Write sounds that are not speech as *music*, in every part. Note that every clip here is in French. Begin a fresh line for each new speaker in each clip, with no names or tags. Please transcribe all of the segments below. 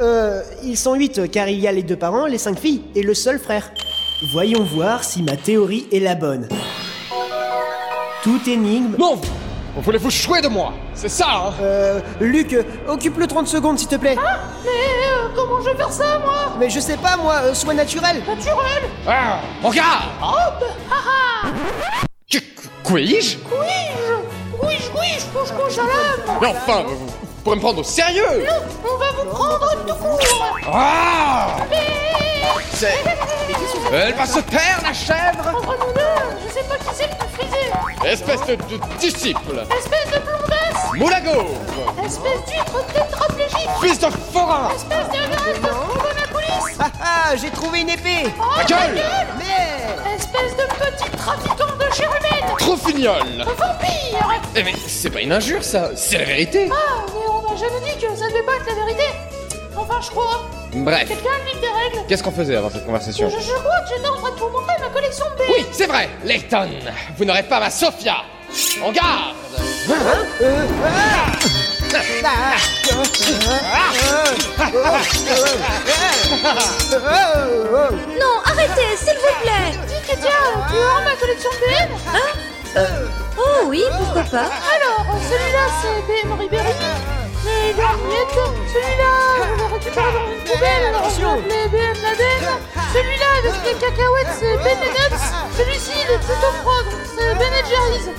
Euh, ils sont huit, car il y a les deux parents, les cinq filles et le seul frère. Voyons voir si ma théorie est la bonne. Toute énigme.
Non Vous voulez vous jouer de moi C'est ça, hein
Euh, Luc, euh, occupe le 30 secondes s'il te plaît.
Mais euh, comment je vais faire ça, moi
Mais je sais pas moi, euh, sois naturel.
Naturel
Ah, Regarde
Hop Haha
Que- que- Couille-je
Couige Couige, couige, couche, couche à l'âme
Mais enfin, vous, vous pourrez me prendre au sérieux
On va vous prendre tout court
Ah C'est... Elle va se perdre, la chèvre
Prends-nous deux Je sais pas qui c'est que t'as frisé
Espèce de, de disciple
Espèce de blondasse
Moule à gauche
Espèce d'huître tétraplégique
Fils de forain
Espèce d'Everest de Monapolis
Ah ah, j'ai trouvé une épée.
Oh,
Ta gueule
Mais
Espèce de petit trafiquant de chérubins
Trop fignole
Vampire
Eh mais c'est pas une injure, ça C'est la vérité
Ah, mais on m'a jamais dit que ça devait pas être la vérité Enfin, je crois
Bref,
Quelqu'un me dit des règles
qu'est-ce qu'on faisait avant cette conversation
je, je crois que j'étais en train de vous montrer ma collection de baies
Oui, c'est vrai, Layton Vous n'aurez pas ma Sophia En garde
ah, euh, euh, euh, euh, euh, euh,
Non, arrêtez, s'il vous plaît
Dis, Ketia, tu as ma collection de BM
Hein Euh, Oh oui, pourquoi pas
Alors, celui-là, c'est BM Ribéry. Mais la miette, celui-là, on l'a récupéré dans une poubelle, alors on l'a appelé BM la BM. Celui-là, avec les cacahuètes, c'est Ben Nuts. Celui-ci, il est plutôt froid, donc c'est Ben Jerry's. Et...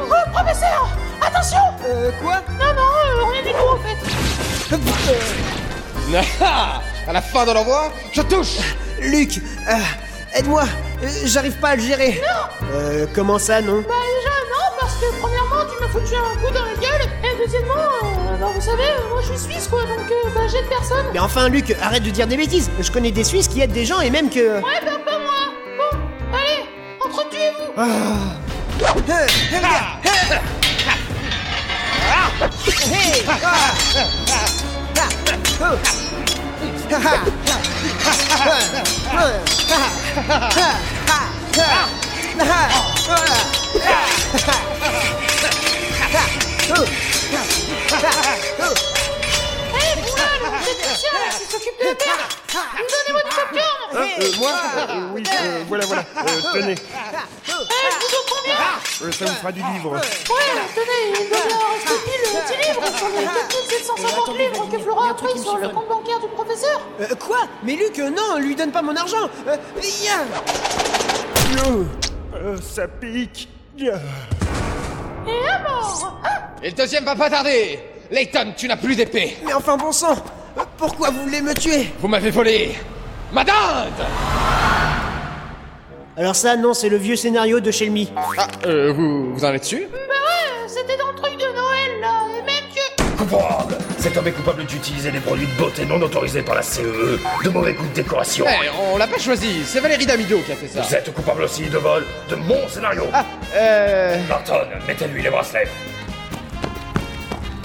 Oh, professeur Attention
euh, quoi Euh,
Non, non, euh, rien du tout, en fait.
Ah À la fin de l'envoi, je *laughs* touche
Luc, ah, aide-moi, euh, j'arrive pas à le gérer. Euh, comment ça, non
Bah, déjà, non, parce que, premièrement, tu m'as foutu un coup dans la gueule, et deuxièmement, euh, bah, vous savez, euh, moi, je suis suisse, quoi, donc, euh, bah, j'aide personne.
Mais enfin, Luc, arrête de dire des bêtises. Je connais des Suisses qui aident des gens et même que. euh,
Ouais, bah, pas moi. Bon, allez, entretuez-vous
Euh,
Ah
hey, ah, ah, oh. Ah, ah, ah, ah, ah, ah, ah, ah, ah, ah, ah, oh.
Hé, là, le technicien là, qui s'occupe de la terre Vous donnez votre popcorn Hé,
Euh, moi Euh, Oui, euh, voilà, voilà. Euh, tenez,
Eh, je vous en combien
Euh, ça vous fera du livre.
Ouais, tenez, il doit bien rester pile 10 livres sur les 4750 livres que Flora a pris sur le compte bancaire du professeur
Euh, quoi Mais Luc, euh, non, lui donne pas mon argent euh, viens. Oh.
Euh, ça pique. Euh,
Eh,
Et à mort Ah,
Et le deuxième va pas tarder Layton, tu n'as plus d'épée
Mais enfin, bon sang euh, Pourquoi vous voulez me tuer
Vous m'avez volé Ma dinde
Alors ça, non, c'est le vieux scénario de Shelmy.
Ah, euh, vous, vous en êtes sûr
Bah ouais, c'était dans le truc de Noël, là, et même que...
Coupable Cet homme est coupable d'utiliser des produits de beauté non autorisés par la CEE, de mauvais goût de décoration.
Eh, on l'a pas choisi, c'est Valérie Damido qui a fait ça
Vous êtes coupable aussi de vol de mon scénario.
Ah, euh...
Barton, mettez-lui les bracelets.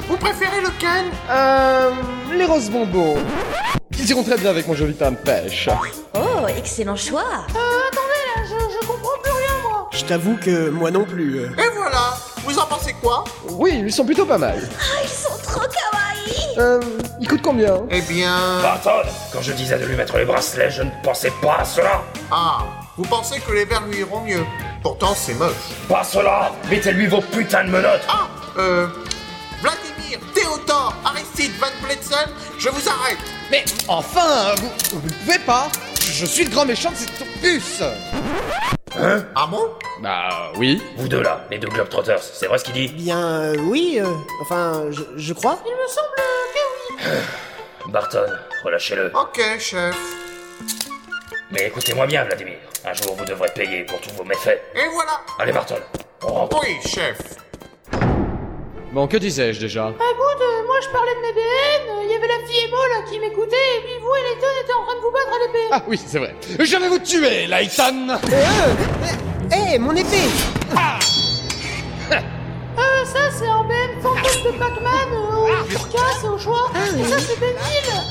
Vous préférez lequel
Euh... Les roses bonbons Ils iront très bien avec mon joli pain de pêche
Oh, excellent choix Ah,
Euh, attendez, là, je, je comprends plus rien, moi
Je t'avoue que moi non plus. euh.
Et voilà Vous en pensez quoi
Oui, ils sont plutôt pas mal
Ah, ils sont trop kawaii
Euh... Ils coûtent combien
Eh bien...
Barton, quand je disais de lui mettre les bracelets, je ne pensais pas à cela.
Ah Vous pensez que les verts lui iront mieux Pourtant, c'est moche.
Pas cela Mettez-lui vos putains de menottes
Ah Euh... Vladimir, Théodore, Aristide, Van Bletsen, je vous arrête
Mais enfin Vous, vous ne pouvez pas Je suis le grand méchant de cette puce
Ah bon
Bah oui
Vous deux là, les deux Globetrotters, c'est vrai ce qu'il dit
Bien, euh, oui, euh, enfin, je, je crois.
Il me semble que oui
Barton, relâchez-le.
Ok, chef.
Mais écoutez-moi bien, Vladimir. Un jour, vous devrez payer pour tous vos méfaits.
Et voilà
Allez, Barton, on rentre.
Oui, chef.
Bon, que disais-je déjà
Bah écoute, euh, moi, je parlais de mes BN, euh, il y avait la fille Emo, là, qui m'écoutait, et puis vous et Layton étaient en train de vous battre à l'épée
Ah oui, c'est vrai Je vais vous tuer, Layton
Eh, euh, eh, eh, mon épée
Euh, ça, c'est un BM fantôme de Pac-Man. euh, En tout cas, c'est au choix.
Ah oui.
Ça, c'est Ben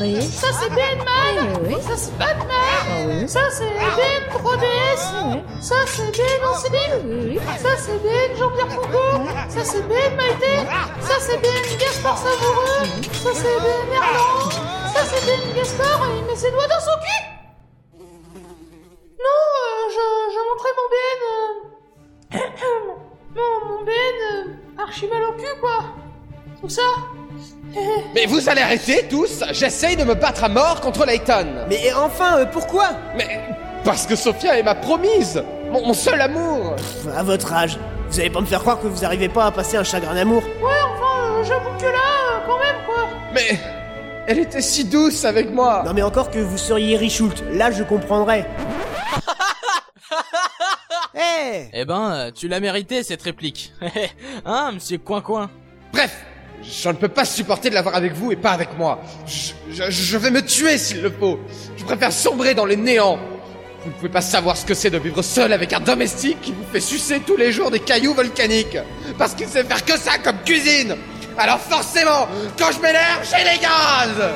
Oui. Ah
Ça, c'est Ben-Man.
Oui, Ah oui, oui.
Ça, c'est Batman. Ça, c'est Ben 3DS. Ça, c'est Ben
Ah
Anselim. Ça, c'est Ben Jean-Pierre Foucault. Ça, c'est Ben Maïté. Ça, c'est Ben Gaspard
Ah
Savoureux. Ça, c'est Ben Erland. Ça, c'est Ben Gaspard. Il met ses doigts dans son cul. Non, euh, je, je montrais mon Ben. euh, non, mon Ben euh, archi mal au cul, quoi. Tout ça.
Mais vous allez arrêter tous J'essaye de me battre à mort contre Layton
Mais enfin, euh, pourquoi
Mais parce que Sophia est ma promise Mon, mon seul amour
À votre âge, vous allez pas me faire croire que vous arrivez pas à passer un chagrin d'amour.
Ouais, enfin, euh, j'avoue que là, euh, quand même, quoi.
Mais elle était si douce avec moi
Non mais encore que vous seriez Richoult, là je comprendrais. Eh
Eh ben, euh, tu l'as mérité cette réplique. *laughs* hein, monsieur Coin-Coin
Bref je ne peux pas supporter de l'avoir avec vous et pas avec moi. Je, je- je vais me tuer s'il le faut. Je préfère sombrer dans les néants. Vous ne pouvez pas savoir ce que c'est de vivre seul avec un domestique qui vous fait sucer tous les jours des cailloux volcaniques. Parce qu'il sait faire que ça comme cuisine. Alors forcément, quand je m'énerve, j'ai les gaz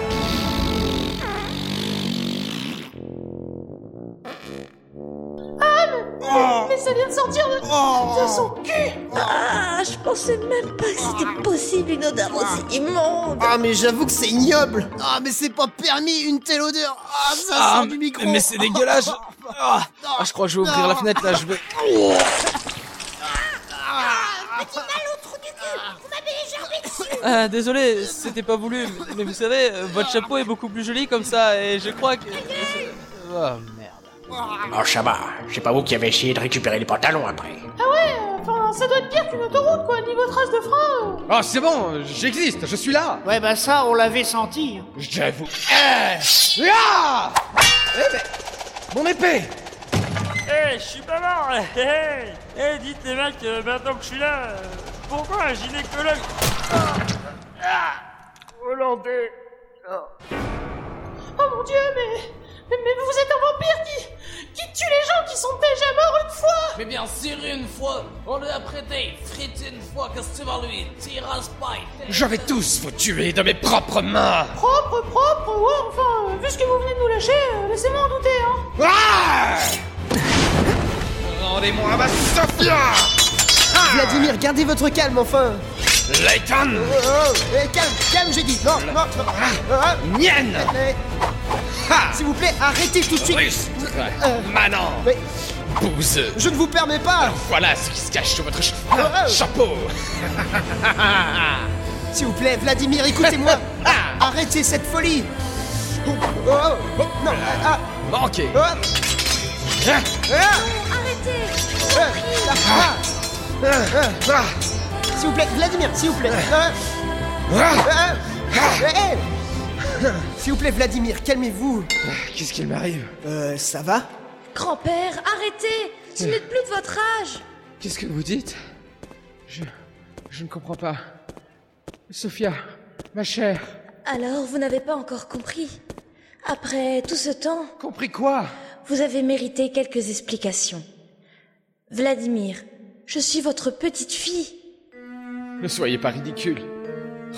Ah.
Mais ça vient de sortir de, de son cul.
Ah, je pensais même pas que c'était possible une odeur aussi immonde.
Ah mais j'avoue que c'est ignoble Ah mais c'est pas permis une telle odeur Ah ça sent du micro
mais
*laughs*
c'est dégueulasse Ah, ah, je crois que je vais ouvrir la fenêtre là, je vais...
Ah,
Ah, désolé, c'était pas voulu, mais- mais vous savez, euh, votre chapeau est beaucoup plus joli comme ça, et je crois que... Oh merde.
Oh, ça va. C'est pas vous qui avez essayé de récupérer les pantalons après.
Ah ouais, euh, enfin, ça doit être pire qu'une autoroute, quoi. Niveau trace de frein. euh.
Ah, c'est bon, j'existe, je suis là
Ouais bah ça on l'avait senti
J'avoue. Eh Ah Eh ben, Mon épée
Eh, je suis pas mort Eh, eh, eh, dites les mecs, euh, maintenant que je suis là, euh, pourquoi un gynécologue Ah, ah, Hollandais
Ah.
Oh mon dieu, mais, mais, mais vous êtes un vampire qui, qui tue les gens qui sont déjà morts une fois.
Mais bien sûr, une fois, on l'a prêté, frite une fois, qu'est-ce que tu vas lui Tire un spike
Je vais tous vous tuer de mes propres mains
Propre, propre. Ouais, enfin, euh, vu ce que vous venez de nous lâcher, euh, laissez-moi en douter, hein.
Ah Rendez-moi ma Sophia Ah
Vladimir, gardez votre calme enfin
Layton
Oh oh eh, Calme, calme j'ai dit Non, non, non Ah,
Mienne
ah, eh,
Ha
S'il vous plaît, arrêtez tout de suite
Rustre
Euh,
Manant
Mais
Bouseux
je ne vous permets pas
Voilà ce qui se cache sous votre cha-
Ah,
chapeau
S'il vous plaît, Vladimir,
*laughs*
écoutez-moi
Ah.
Arrêtez cette folie Oh, oh, oh, Non, ah,
Manqué
ah,
Ah,
ah.
Arrêtez
Ah, ah, ah, ah, ah. S'il vous plaît, Vladimir, s'il vous plaît. Ah,
ah.
ah, ah, eh. S'il vous plaît, Vladimir, calmez-vous.
Ah, Qu'est-ce qu'il m'arrive
Euh, ça va
Grand-père, arrêtez Je n'êtes plus de votre âge
Qu'est-ce que vous dites Je... Je ne comprends pas. Sophia, ma chère,
Alors, vous n'avez pas encore compris. Après tout ce temps,
compris quoi
vous avez mérité quelques explications. Vladimir, je suis votre petite fille.
Ne soyez pas ridicule.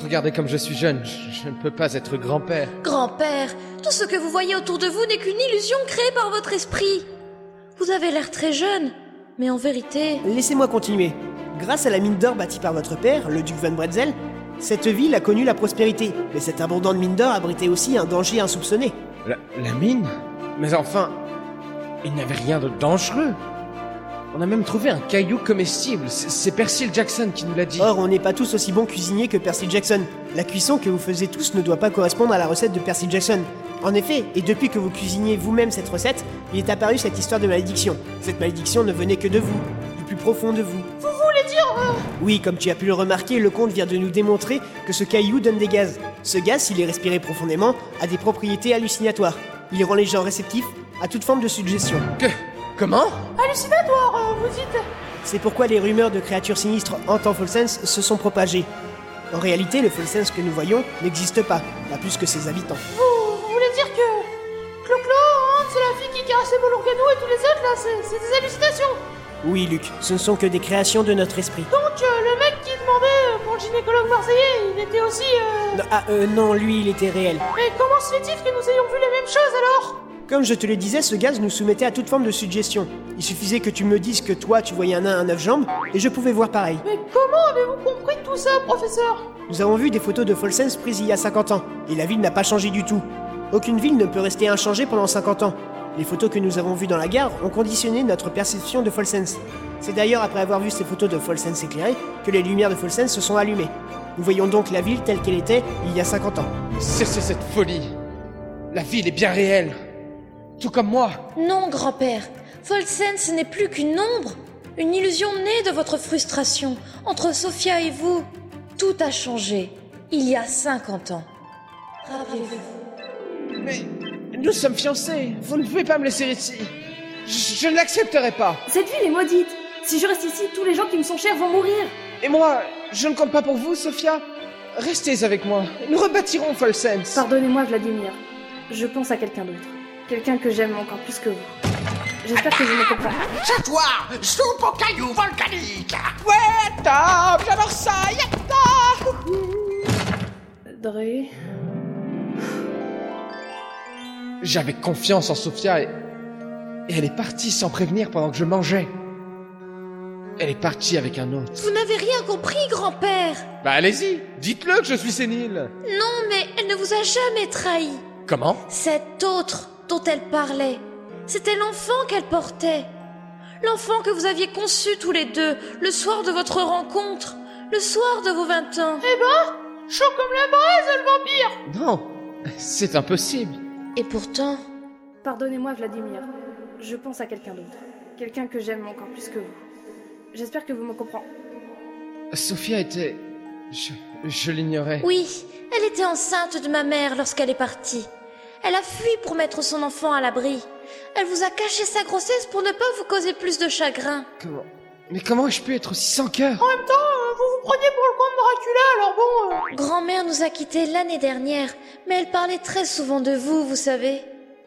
Regardez comme je suis jeune, je, je ne peux pas être grand-père.
Grand-père, tout ce que vous voyez autour de vous n'est qu'une illusion créée par votre esprit. Vous avez l'air très jeune, mais en vérité...
Laissez-moi continuer. Grâce à la mine d'or bâtie par votre père, le duc Van Bretzel, cette ville a connu la prospérité, mais cette abondante mine d'or abritait aussi un danger insoupçonné.
La, la mine Mais enfin, il n'y avait rien de dangereux. On a même trouvé un caillou comestible, c'est c'est Percy Jackson qui nous l'a dit.
Or, on n'est pas tous aussi bons cuisiniers que Percy Jackson. La cuisson que vous faisiez tous ne doit pas correspondre à la recette de Percy Jackson. En effet, et depuis que vous cuisiniez vous-même cette recette, il est apparu cette histoire de malédiction. Cette malédiction ne venait que de vous, du plus profond de vous. Vous voulez dire... euh, Oui, comme tu as pu le remarquer, le comte vient de nous démontrer que ce caillou donne des gaz. Ce gaz, s'il est respiré profondément, a des propriétés hallucinatoires. Il rend les gens réceptifs à toute forme de suggestion.
Que Comment
Hallucinatoire, euh, vous dites.
C'est pourquoi les rumeurs de créatures sinistres hantant Folsens se sont propagées. En réalité, le Folsens que nous voyons n'existe pas, pas plus que ses habitants.
Vous, vous voulez dire que. Clo-Clo, Hans, la fille qui caressait Bolorgano et tous les autres là, c'est c'est des hallucinations.
Oui, Luc, ce ne sont que des créations de notre esprit.
Donc euh, le mec qui demandé, euh, mon gynécologue marseillais, il était aussi. euh,
Non, ah, euh, non, lui, il était réel.
Mais comment se fait-il que nous ayons vu les mêmes choses alors
Comme je te le disais, ce gaz nous soumettait à toute forme de suggestion. Il suffisait que tu me dises que toi, tu voyais un nain à neuf jambes, et je pouvais voir pareil.
Mais comment avez-vous compris tout ça, professeur
Nous avons vu des photos de Folsens prises il y a 50 ans, et la ville n'a pas changé du tout. Aucune ville ne peut rester inchangée pendant 50 ans. Les photos que nous avons vues dans la gare ont conditionné notre perception de Folsens. C'est d'ailleurs après avoir vu ces photos de Folsens éclairées que les lumières de Folsens se sont allumées. Nous voyons donc la ville telle qu'elle était il y a 50 ans.
Cessez cette folie. La ville est bien réelle. Tout comme moi.
Non, grand-père. Folsense n'est plus qu'une ombre, une illusion née de votre frustration. Entre Sophia et vous, tout a changé. Il y a 50 ans. Rappelez-vous.
Mais nous sommes fiancés. Vous ne pouvez pas me laisser ici. Je, je ne l'accepterai pas.
Cette ville est maudite. Si je reste ici, tous les gens qui me sont chers vont mourir.
Et moi, je ne compte pas pour vous, Sophia. Restez avec moi. Nous rebâtirons Folsense.
Pardonnez-moi, Vladimir. Je pense à quelqu'un d'autre. Quelqu'un que j'aime encore plus que vous. J'espère que je ne peux pas.
Chatoire, soupe aux cailloux volcaniques.
Ouais, table, j'adore ça.
Doré.
J'avais confiance en Sophia et... et elle est partie sans prévenir pendant que je mangeais. Elle est partie avec un autre.
Vous n'avez rien compris, grand-père.
Bah allez-y, dites-le que je suis sénile.
Non, mais elle ne vous a jamais trahi.
Comment
Cet autre dont elle parlait, c'était l'enfant qu'elle portait. L'enfant que vous aviez conçu tous les deux le soir de votre rencontre, le soir de vos 20 ans.
Eh ben, chaud comme la braise, le vampire
Non, c'est impossible.
Et pourtant,
Pardonnez-moi, Vladimir. Je pense à quelqu'un d'autre. Quelqu'un que j'aime encore plus que vous. J'espère que vous me comprenez.
Sophia était... Je, je l'ignorais.
oui, elle était enceinte de ma mère lorsqu'elle est partie. Elle a fui pour mettre son enfant à l'abri. Elle vous a caché sa grossesse pour ne pas vous causer plus de chagrin.
Comment Mais comment ai-je pu être aussi sans cœur
En même temps, euh, vous vous preniez pour le comte Dracula, alors bon. euh,
Grand-mère nous a quittés l'année dernière, mais elle parlait très souvent de vous, vous savez.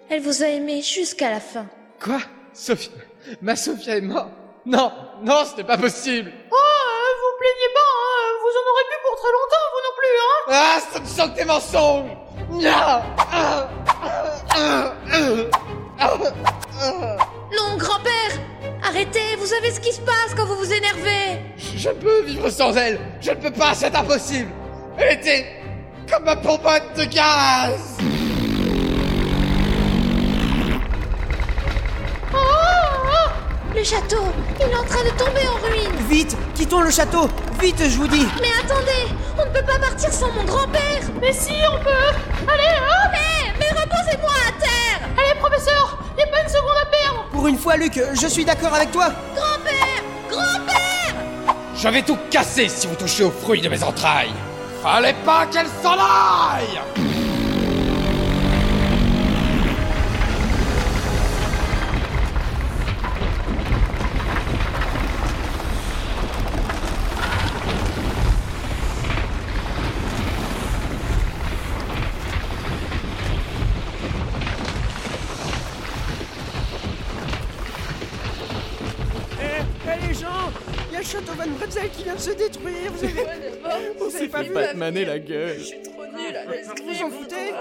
Elle vous a aimé jusqu'à la fin.
Quoi Sophia Ma Sophia est morte Non, non, ce n'est pas possible
Oh, euh, vous plaignez pas, hein, vous en aurez plus pour très longtemps, vous non plus, hein
Ah, ça me sent que tes mensonges Nya Ah Ah Ah Ah
Non, grand-père Arrêtez, vous savez ce qui se passe quand vous vous énervez
Je je ne peux vivre sans elle Je ne peux pas, c'est impossible Elle était comme ma pompette de gaz
Le château, il est en train de tomber en ruine
Vite, quittons le château Vite, je vous dis
Mais attendez, on ne peut pas partir sans mon grand-père
Mais si, on peut Allez, hop
Hé, mais reposez-moi à terre
Allez, professeur, il n'y a pas une seconde à perdre
Pour une fois, Luc, je suis d'accord avec toi
Grand-père Grand-père
Je vais tout casser si vous touchez aux fruits de mes entrailles Fallait pas qu'elle s'en aille
les gens Il y a le château Van Bretzel qui vient de se détruire Vous avez... On s'est pas vu
Batmaner la gueule.
Ah, Vous en foutez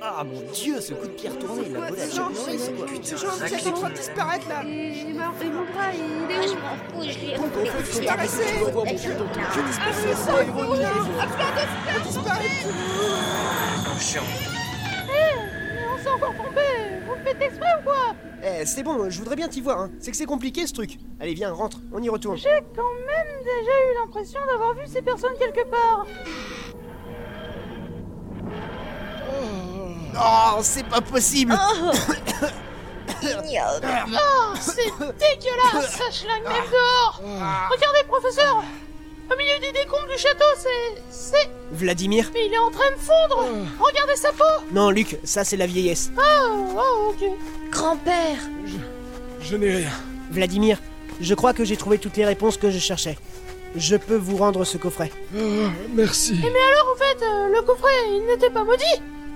Ah mon dieu, ce coup de pierre tourné, la
Ces
volage
gens, ces gens, vous êtes en train de disparaître là
J'ai marre de mon bras, il est
Disparaissez Je disparais sans vous Je disparais
hein. Eh, Mais on s'est encore trompé Vous le faites exprès ou quoi
Eh, c'est bon, je voudrais bien t'y voir, hein. C'est que c'est compliqué ce truc Allez, viens, rentre, on y retourne
J'ai quand même déjà eu l'impression d'avoir vu ces personnes quelque part
Oh,
Non, c'est pas possible
Ah.
Oh, c'est dégueulasse Ça schlingue même dehors Regardez, professeur Au milieu des décombres du château, c'est... c'est...
Vladimir
Mais il est en train de fondre Regardez sa peau
Non, Luc, ça c'est la vieillesse.
Oh, oh, ok.
Grand-père
Je n'ai rien.
Vladimir, je crois que j'ai trouvé toutes les réponses que je cherchais. Je peux vous rendre ce coffret.
merci.
Alors, en fait, euh, le coffret, il n'était pas maudit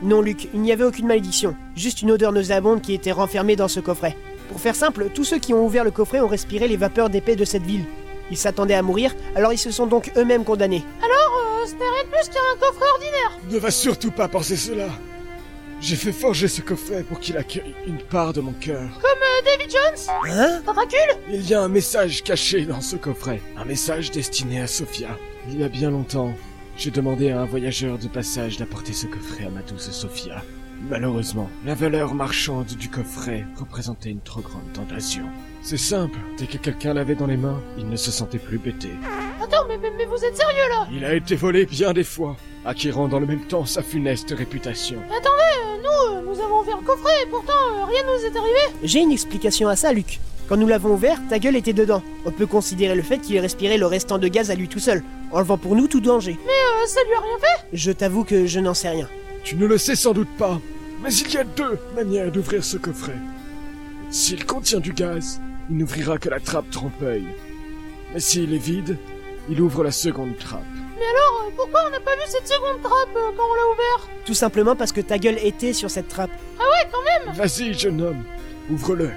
Non, Luc, il n'y avait aucune malédiction, juste une odeur nauséabonde qui était renfermée dans ce coffret. Pour faire simple, tous ceux qui ont ouvert le coffret ont respiré les vapeurs d'épée de cette ville. Ils s'attendaient à mourir, alors ils se sont donc eux-mêmes condamnés.
Alors, euh, c'était rien de plus qu'un coffret ordinaire.
Ne va surtout pas penser cela. J'ai fait forger ce coffret pour qu'il accueille une part de mon cœur.
Comme euh, David Jones
Hein
Dracul
Il y a un message caché dans ce coffret. Un message destiné à Sophia. Il y a bien longtemps, j'ai demandé à un voyageur de passage d'apporter ce coffret à ma douce Sophia. Malheureusement, la valeur marchande du coffret représentait une trop grande tentation. C'est simple, dès que quelqu'un l'avait dans les mains, il ne se sentait plus bêté.
Attends, mais, mais, mais vous êtes sérieux là
Il a été volé bien des fois, acquérant dans le même temps sa funeste réputation.
Attendez, euh, nous, euh, nous avons ouvert le coffret et pourtant euh, rien ne nous est arrivé.
J'ai une explication à ça, Luc. Quand nous l'avons ouvert, ta gueule était dedans. On peut considérer le fait qu'il ait respiré le restant de gaz à lui tout seul, enlevant pour nous tout danger.
Mais euh, ça lui a rien fait
Je t'avoue que je n'en sais rien.
Tu ne le sais sans doute pas, mais il y a deux manières d'ouvrir ce coffret. S'il contient du gaz, il n'ouvrira que la trappe trompe-œil. Mais s'il est vide, il ouvre la seconde trappe.
Mais alors, euh, pourquoi on n'a pas vu cette seconde trappe euh, quand on l'a ouvert
Tout simplement parce que ta gueule était sur cette trappe.
Ah ouais, quand même
Vas-y, jeune homme, ouvre-le.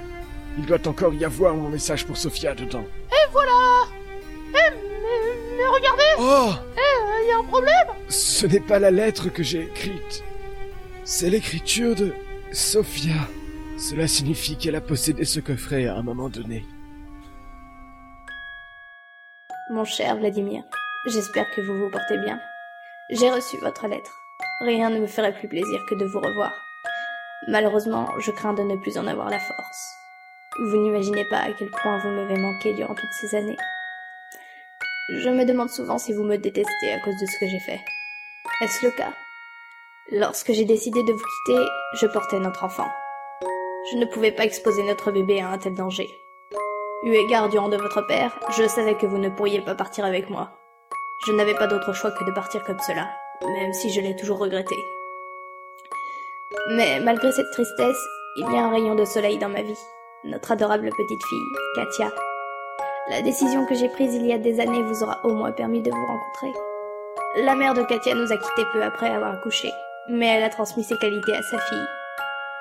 Il doit encore y avoir mon message pour Sophia dedans.
Et voilà Eh, mais, mais regardez
Oh
Eh, euh, y a un problème
Ce n'est pas la lettre que j'ai écrite. C'est l'écriture de Sophia. Cela signifie qu'elle a possédé ce coffret à un moment donné.
Mon cher Vladimir, j'espère que vous vous portez bien. J'ai reçu votre lettre. Rien ne me ferait plus plaisir que de vous revoir. Malheureusement, je crains de ne plus en avoir la force. Vous n'imaginez pas à quel point vous m'avez manqué durant toutes ces années. Je me demande souvent si vous me détestez à cause de ce que j'ai fait. Est-ce le cas Lorsque j'ai décidé de vous quitter, je portais notre enfant. Je ne pouvais pas exposer notre bébé à un tel danger. Eu égard du rang de votre père, je savais que vous ne pourriez pas partir avec moi. Je n'avais pas d'autre choix que de partir comme cela, même si je l'ai toujours regretté. Mais malgré cette tristesse, il y a un rayon de soleil dans ma vie. Notre adorable petite fille, Katia. La décision que j'ai prise il y a des années vous aura au moins permis de vous rencontrer. La mère de Katia nous a quittés peu après avoir accouché, mais elle a transmis ses qualités à sa fille.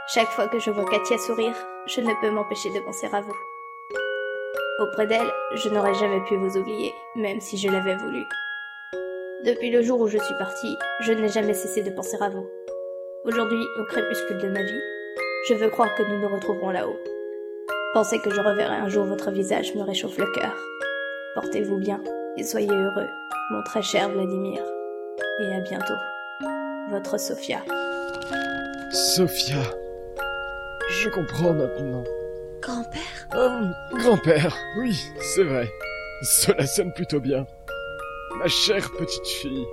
Chaque fois que je vois Katia sourire, je ne peux m'empêcher de penser à vous. Auprès d'elle, je n'aurais jamais pu vous oublier, même si je l'avais voulu. Depuis le jour où je suis partie, je n'ai jamais cessé de penser à vous. Aujourd'hui, au crépuscule de ma vie, je veux croire que nous nous retrouverons là-haut. Penser que je reverrai un jour votre visage me réchauffe le cœur. Portez-vous bien et soyez heureux, mon très cher Vladimir. Et à bientôt. Votre Sofia.
Sophia. Je comprends maintenant.
Grand-père
Hum, grand-père, oui, c'est vrai. Cela sonne plutôt bien. Ma chère petite fille,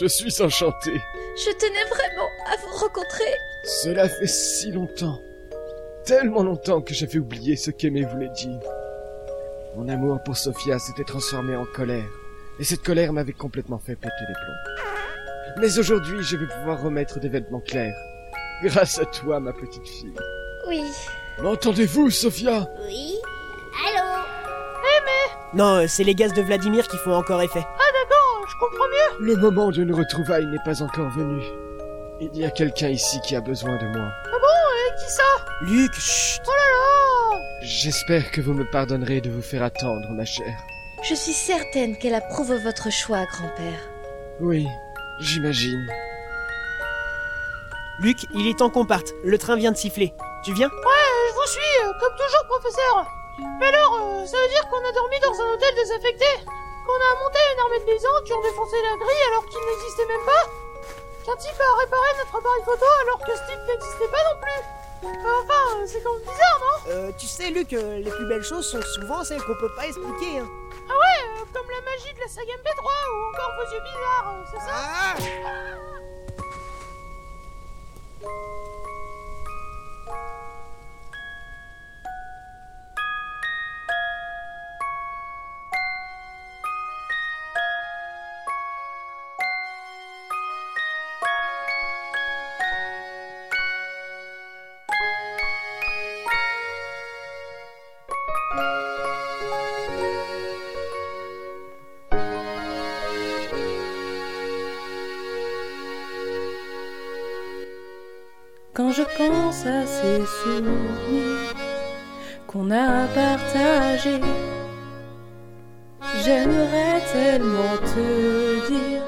je suis enchanté.
Je tenais vraiment à vous rencontrer.
Cela fait si longtemps, tellement longtemps que j'avais oublié ce qu'aimer voulait dire. Mon amour pour Sophia s'était transformé en colère, et cette colère m'avait complètement fait péter les plombs. Mais aujourd'hui, je vais pouvoir remettre des vêtements clairs, grâce à toi, ma petite fille.
Oui.
M'entendez-vous, Sophia
Oui Allô
Non, euh, c'est les gaz de Vladimir qui font encore effet.
Ah d'accord, euh, je comprends mieux
Le moment de nos retrouvailles n'est pas encore venu. Il y a quelqu'un ici qui a besoin de moi.
Ah bon, et qui ça
Luc, chut
Oh là là
J'espère que vous me pardonnerez de vous faire attendre, ma chère.
Je suis certaine qu'elle approuve votre choix, grand-père.
Oui, j'imagine.
Luc, il est temps qu'on parte. Le train vient de siffler. Tu viens
Ouais, euh, je vous suis, euh, comme toujours, professeur Mais alors, euh, ça veut dire qu'on a dormi dans un hôtel désaffecté Qu'on a monté une armée de paysans qui ont défoncé la grille alors qu'il n'existait même pas Qu'un type a réparé notre appareil photo alors que ce type n'existait pas non plus Euh, Enfin, euh, c'est quand même bizarre, non
Euh, tu sais, Luc, euh, les plus belles choses sont souvent celles qu'on peut pas expliquer. hein.
Ah ouais, euh, comme la magie de la saga MP3 ou encore vos yeux bizarres, euh, c'est ça
Ah,
Quand je pense à ces souvenirs qu'on a partagés, J'aimerais tellement te dire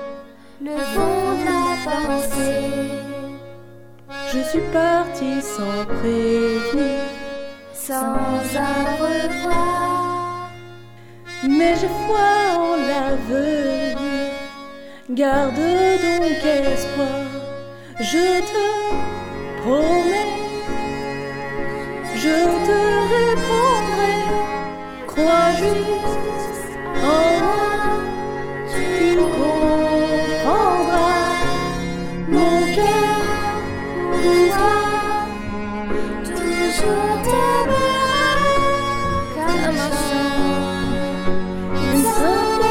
Le fond de la pensée
Je suis partie sans prévenir
Sans un revoir
Mais j'ai foi en l'avenir Garde donc espoir Je te promets Je te répondrai Crois juste en moi Tu comprendras Mon cœur pour toi
Toujours t'aimer Comme un chant Une simple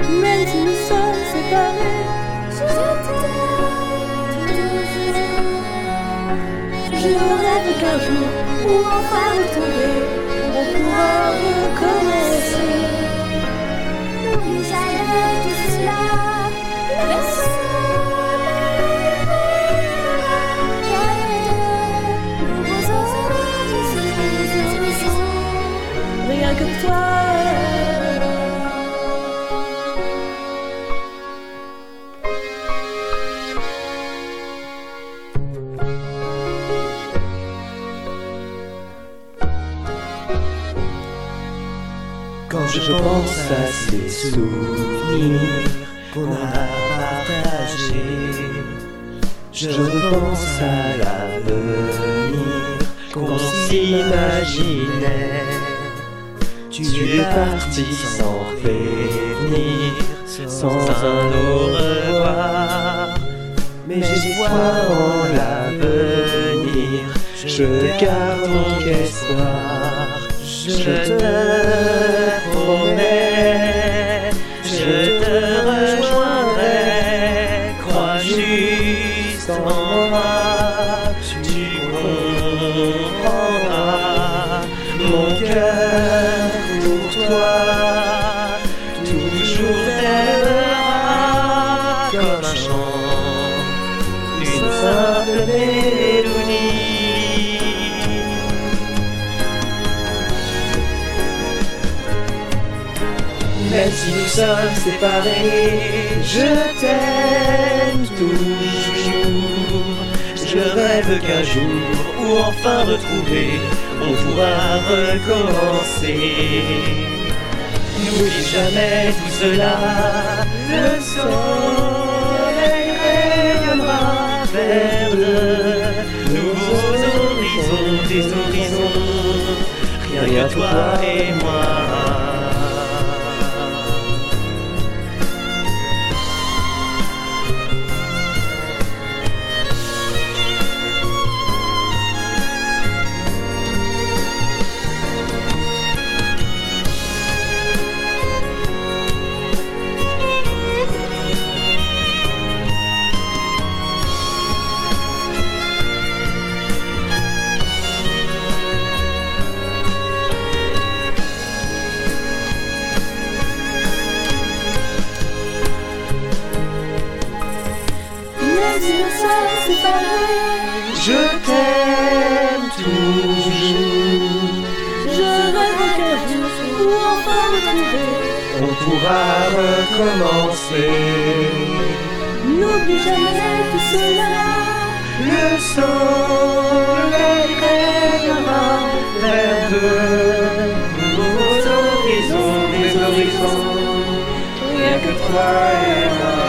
Même si nous sommes séparés,
Je t'aime
je rêve qu'un jour, pour enfin retrouver, on pourra recommencer.
N'oublie jamais tout cela Le soleil brillera Car de nouveaux horizons
Rien que toi,
Quand je pense à ces souvenirs qu'on a partagés, je repense à l'avenir qu'on s'imaginait. Tu es parti sans revenir, sans un au revoir. Mais j'ai foi en l'avenir, je garde mon espoir. Je te promets, je te rejoindrai. Crois juste en moi, tu comprendras mon cœur pour toi. Toujours t'aimera comme un chant, une simple mélodie. Même si nous sommes séparés, je t'aime toujours. Je rêve qu'un jour, ou enfin retrouver, on pourra recommencer. N'oublie jamais tout cela, le soleil rayonnera vers de nouveaux horizons, des horizons, rien qu'à toi et moi.
même si nous sommes séparés,
Je t'aime toujours,
je rêve qu'un jour, pour enfin retrouver,
on pourra recommencer.
n'oublie jamais tout cela.
Le soleil rayonnera vers de nouveaux horizons, des horizons, rien que toi et moi.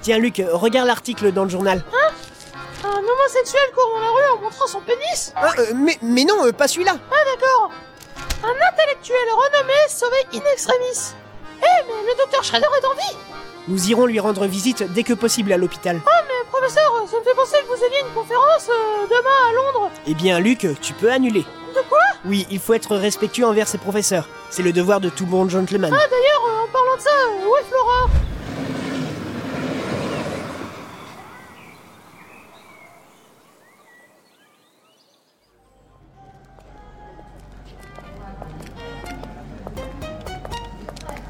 Tiens, Luc, euh, regarde l'article dans le journal.
Hein Un homosexuel court dans la rue en montrant son pénis
Ah, euh, mais, mais non, euh, pas celui-là.
Ah d'accord Un intellectuel renommé sauvé in extremis Eh mais le docteur Shredder est en vie
Nous irons lui rendre visite dès que possible à l'hôpital.
Ah mais professeur, ça me fait penser que vous aviez une conférence euh, demain à Londres
Eh bien, Luc, tu peux annuler.
De quoi
Oui, il faut être respectueux envers ses professeurs. C'est le devoir de tout bon gentleman.
Ah d'ailleurs, euh, en parlant de ça, euh, où est Flora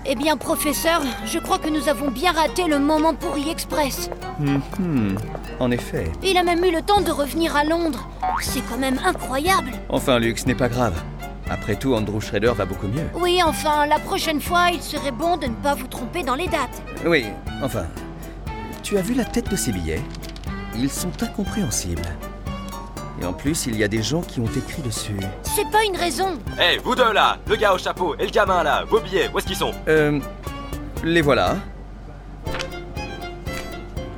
Eh bien, professeur, je crois que nous avons bien raté le moment pourri express.
Mhm. En effet.
Il a même eu le temps de revenir à Londres. C'est quand même incroyable.
Enfin, Luc, ce n'est pas grave. Après tout, Andrew Schrader va beaucoup mieux.
Oui, enfin, la prochaine fois, il serait bon de ne pas vous tromper dans les dates.
Oui, enfin. Tu as vu la tête de ces billets Ils sont incompréhensibles. Et en plus, il y a des gens qui ont écrit dessus.
C'est pas une raison.
Eh, vous deux là Le gars au chapeau et le gamin là Vos billets, où est-ce qu'ils sont
Euh. Les voilà.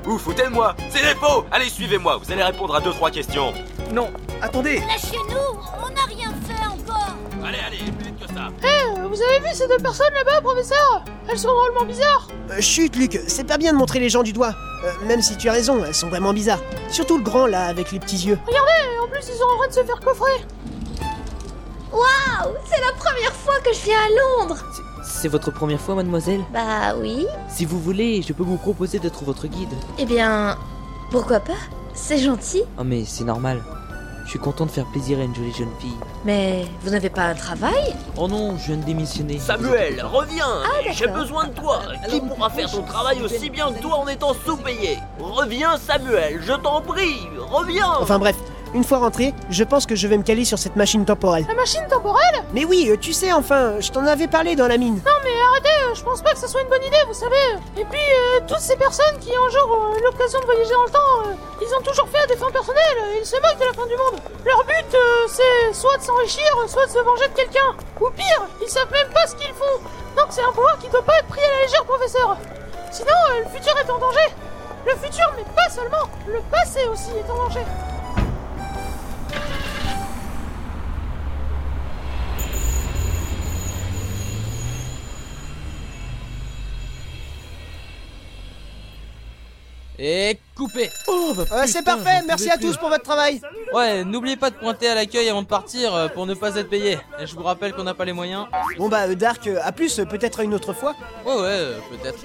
Vous foutez de moi C'est des faux Allez, suivez-moi, vous allez répondre à deux, trois questions.
Non, attendez
Lâchez-nous On n'a rien fait encore
Allez, allez, plus vite que ça
Eh, euh, vous avez vu ces deux personnes là-bas, professeur Elles sont drôlement bizarres
Euh, chut, Luc, c'est pas bien de montrer les gens du doigt. Euh, même si tu as raison, elles sont vraiment bizarres. Surtout le grand, là, avec les petits yeux.
Regardez, en plus, ils sont en train de se faire coffrer
Waouh Ah C'est la première fois que je viens à Londres
C'est votre première fois, mademoiselle
Bah oui.
Si vous voulez, je peux vous proposer d'être votre guide.
Eh bien, pourquoi pas C'est gentil.
Oh, mais c'est normal. Je suis content de faire plaisir à une jolie jeune fille.
Mais vous n'avez pas un travail
Oh non, je viens de démissionner.
Samuel, reviens
Ah,
J'ai
d'accord.
besoin de toi Qui pourra faire ton travail aussi bien que toi en étant sous-payé Reviens, Samuel, je t'en prie Reviens
Enfin bref, une fois rentré, je pense que je vais me caler sur cette machine temporelle.
La machine temporelle
Mais oui, euh, tu sais, enfin, je t'en avais parlé dans la mine.
Non mais arrêtez, euh, je pense pas que ce soit une bonne idée, vous savez Et puis, euh, toutes ces personnes qui un jour ont eu l'occasion de voyager dans le temps, euh, ils ont toujours fait à des fins personnelles, euh, ils se moquent de la fin du monde Leur but, euh, c'est soit de s'enrichir, soit de se venger de quelqu'un Ou pire, ils savent même pas ce qu'ils font Donc c'est un pouvoir qui doit pas être pris à la légère, professeur Sinon, euh, le futur est en danger Le futur, mais pas seulement, le passé aussi est en danger
Et coupé
Oh,
bah,
c'est
putain,
parfait,
j'en
merci
pouvais
à
plus.
tous pour votre travail.
Ouais, n'oubliez pas de pointer à l'accueil avant de partir euh, pour ne pas être payé. Et je vous rappelle qu'on n'a pas les moyens.
Bon bah, euh, Dark, euh, à plus, euh, peut-être une autre fois.
Ouais, ouais, euh, peut-être.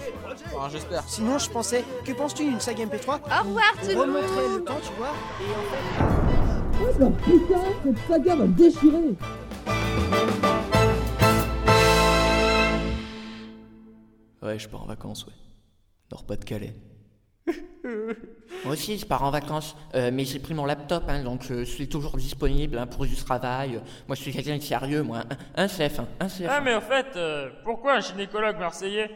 Enfin, j'espère.
Sinon, je pensais, que penses-tu d'une saga MP3
Au revoir tout le
Remontrer le temps, tu vois. et en fait-
putain, cette saga va me déchirer
Ouais, je pars en vacances, ouais. Nord-Pas-de-Calais.
*laughs* Moi aussi, je pars en vacances, euh, mais j'ai pris mon laptop, hein, donc euh, je suis toujours disponible hein, pour du travail. Moi, je suis quelqu'un de sérieux, moi. Un, un chef, hein, un chef.
Ah mais en fait, euh, pourquoi un gynécologue marseillais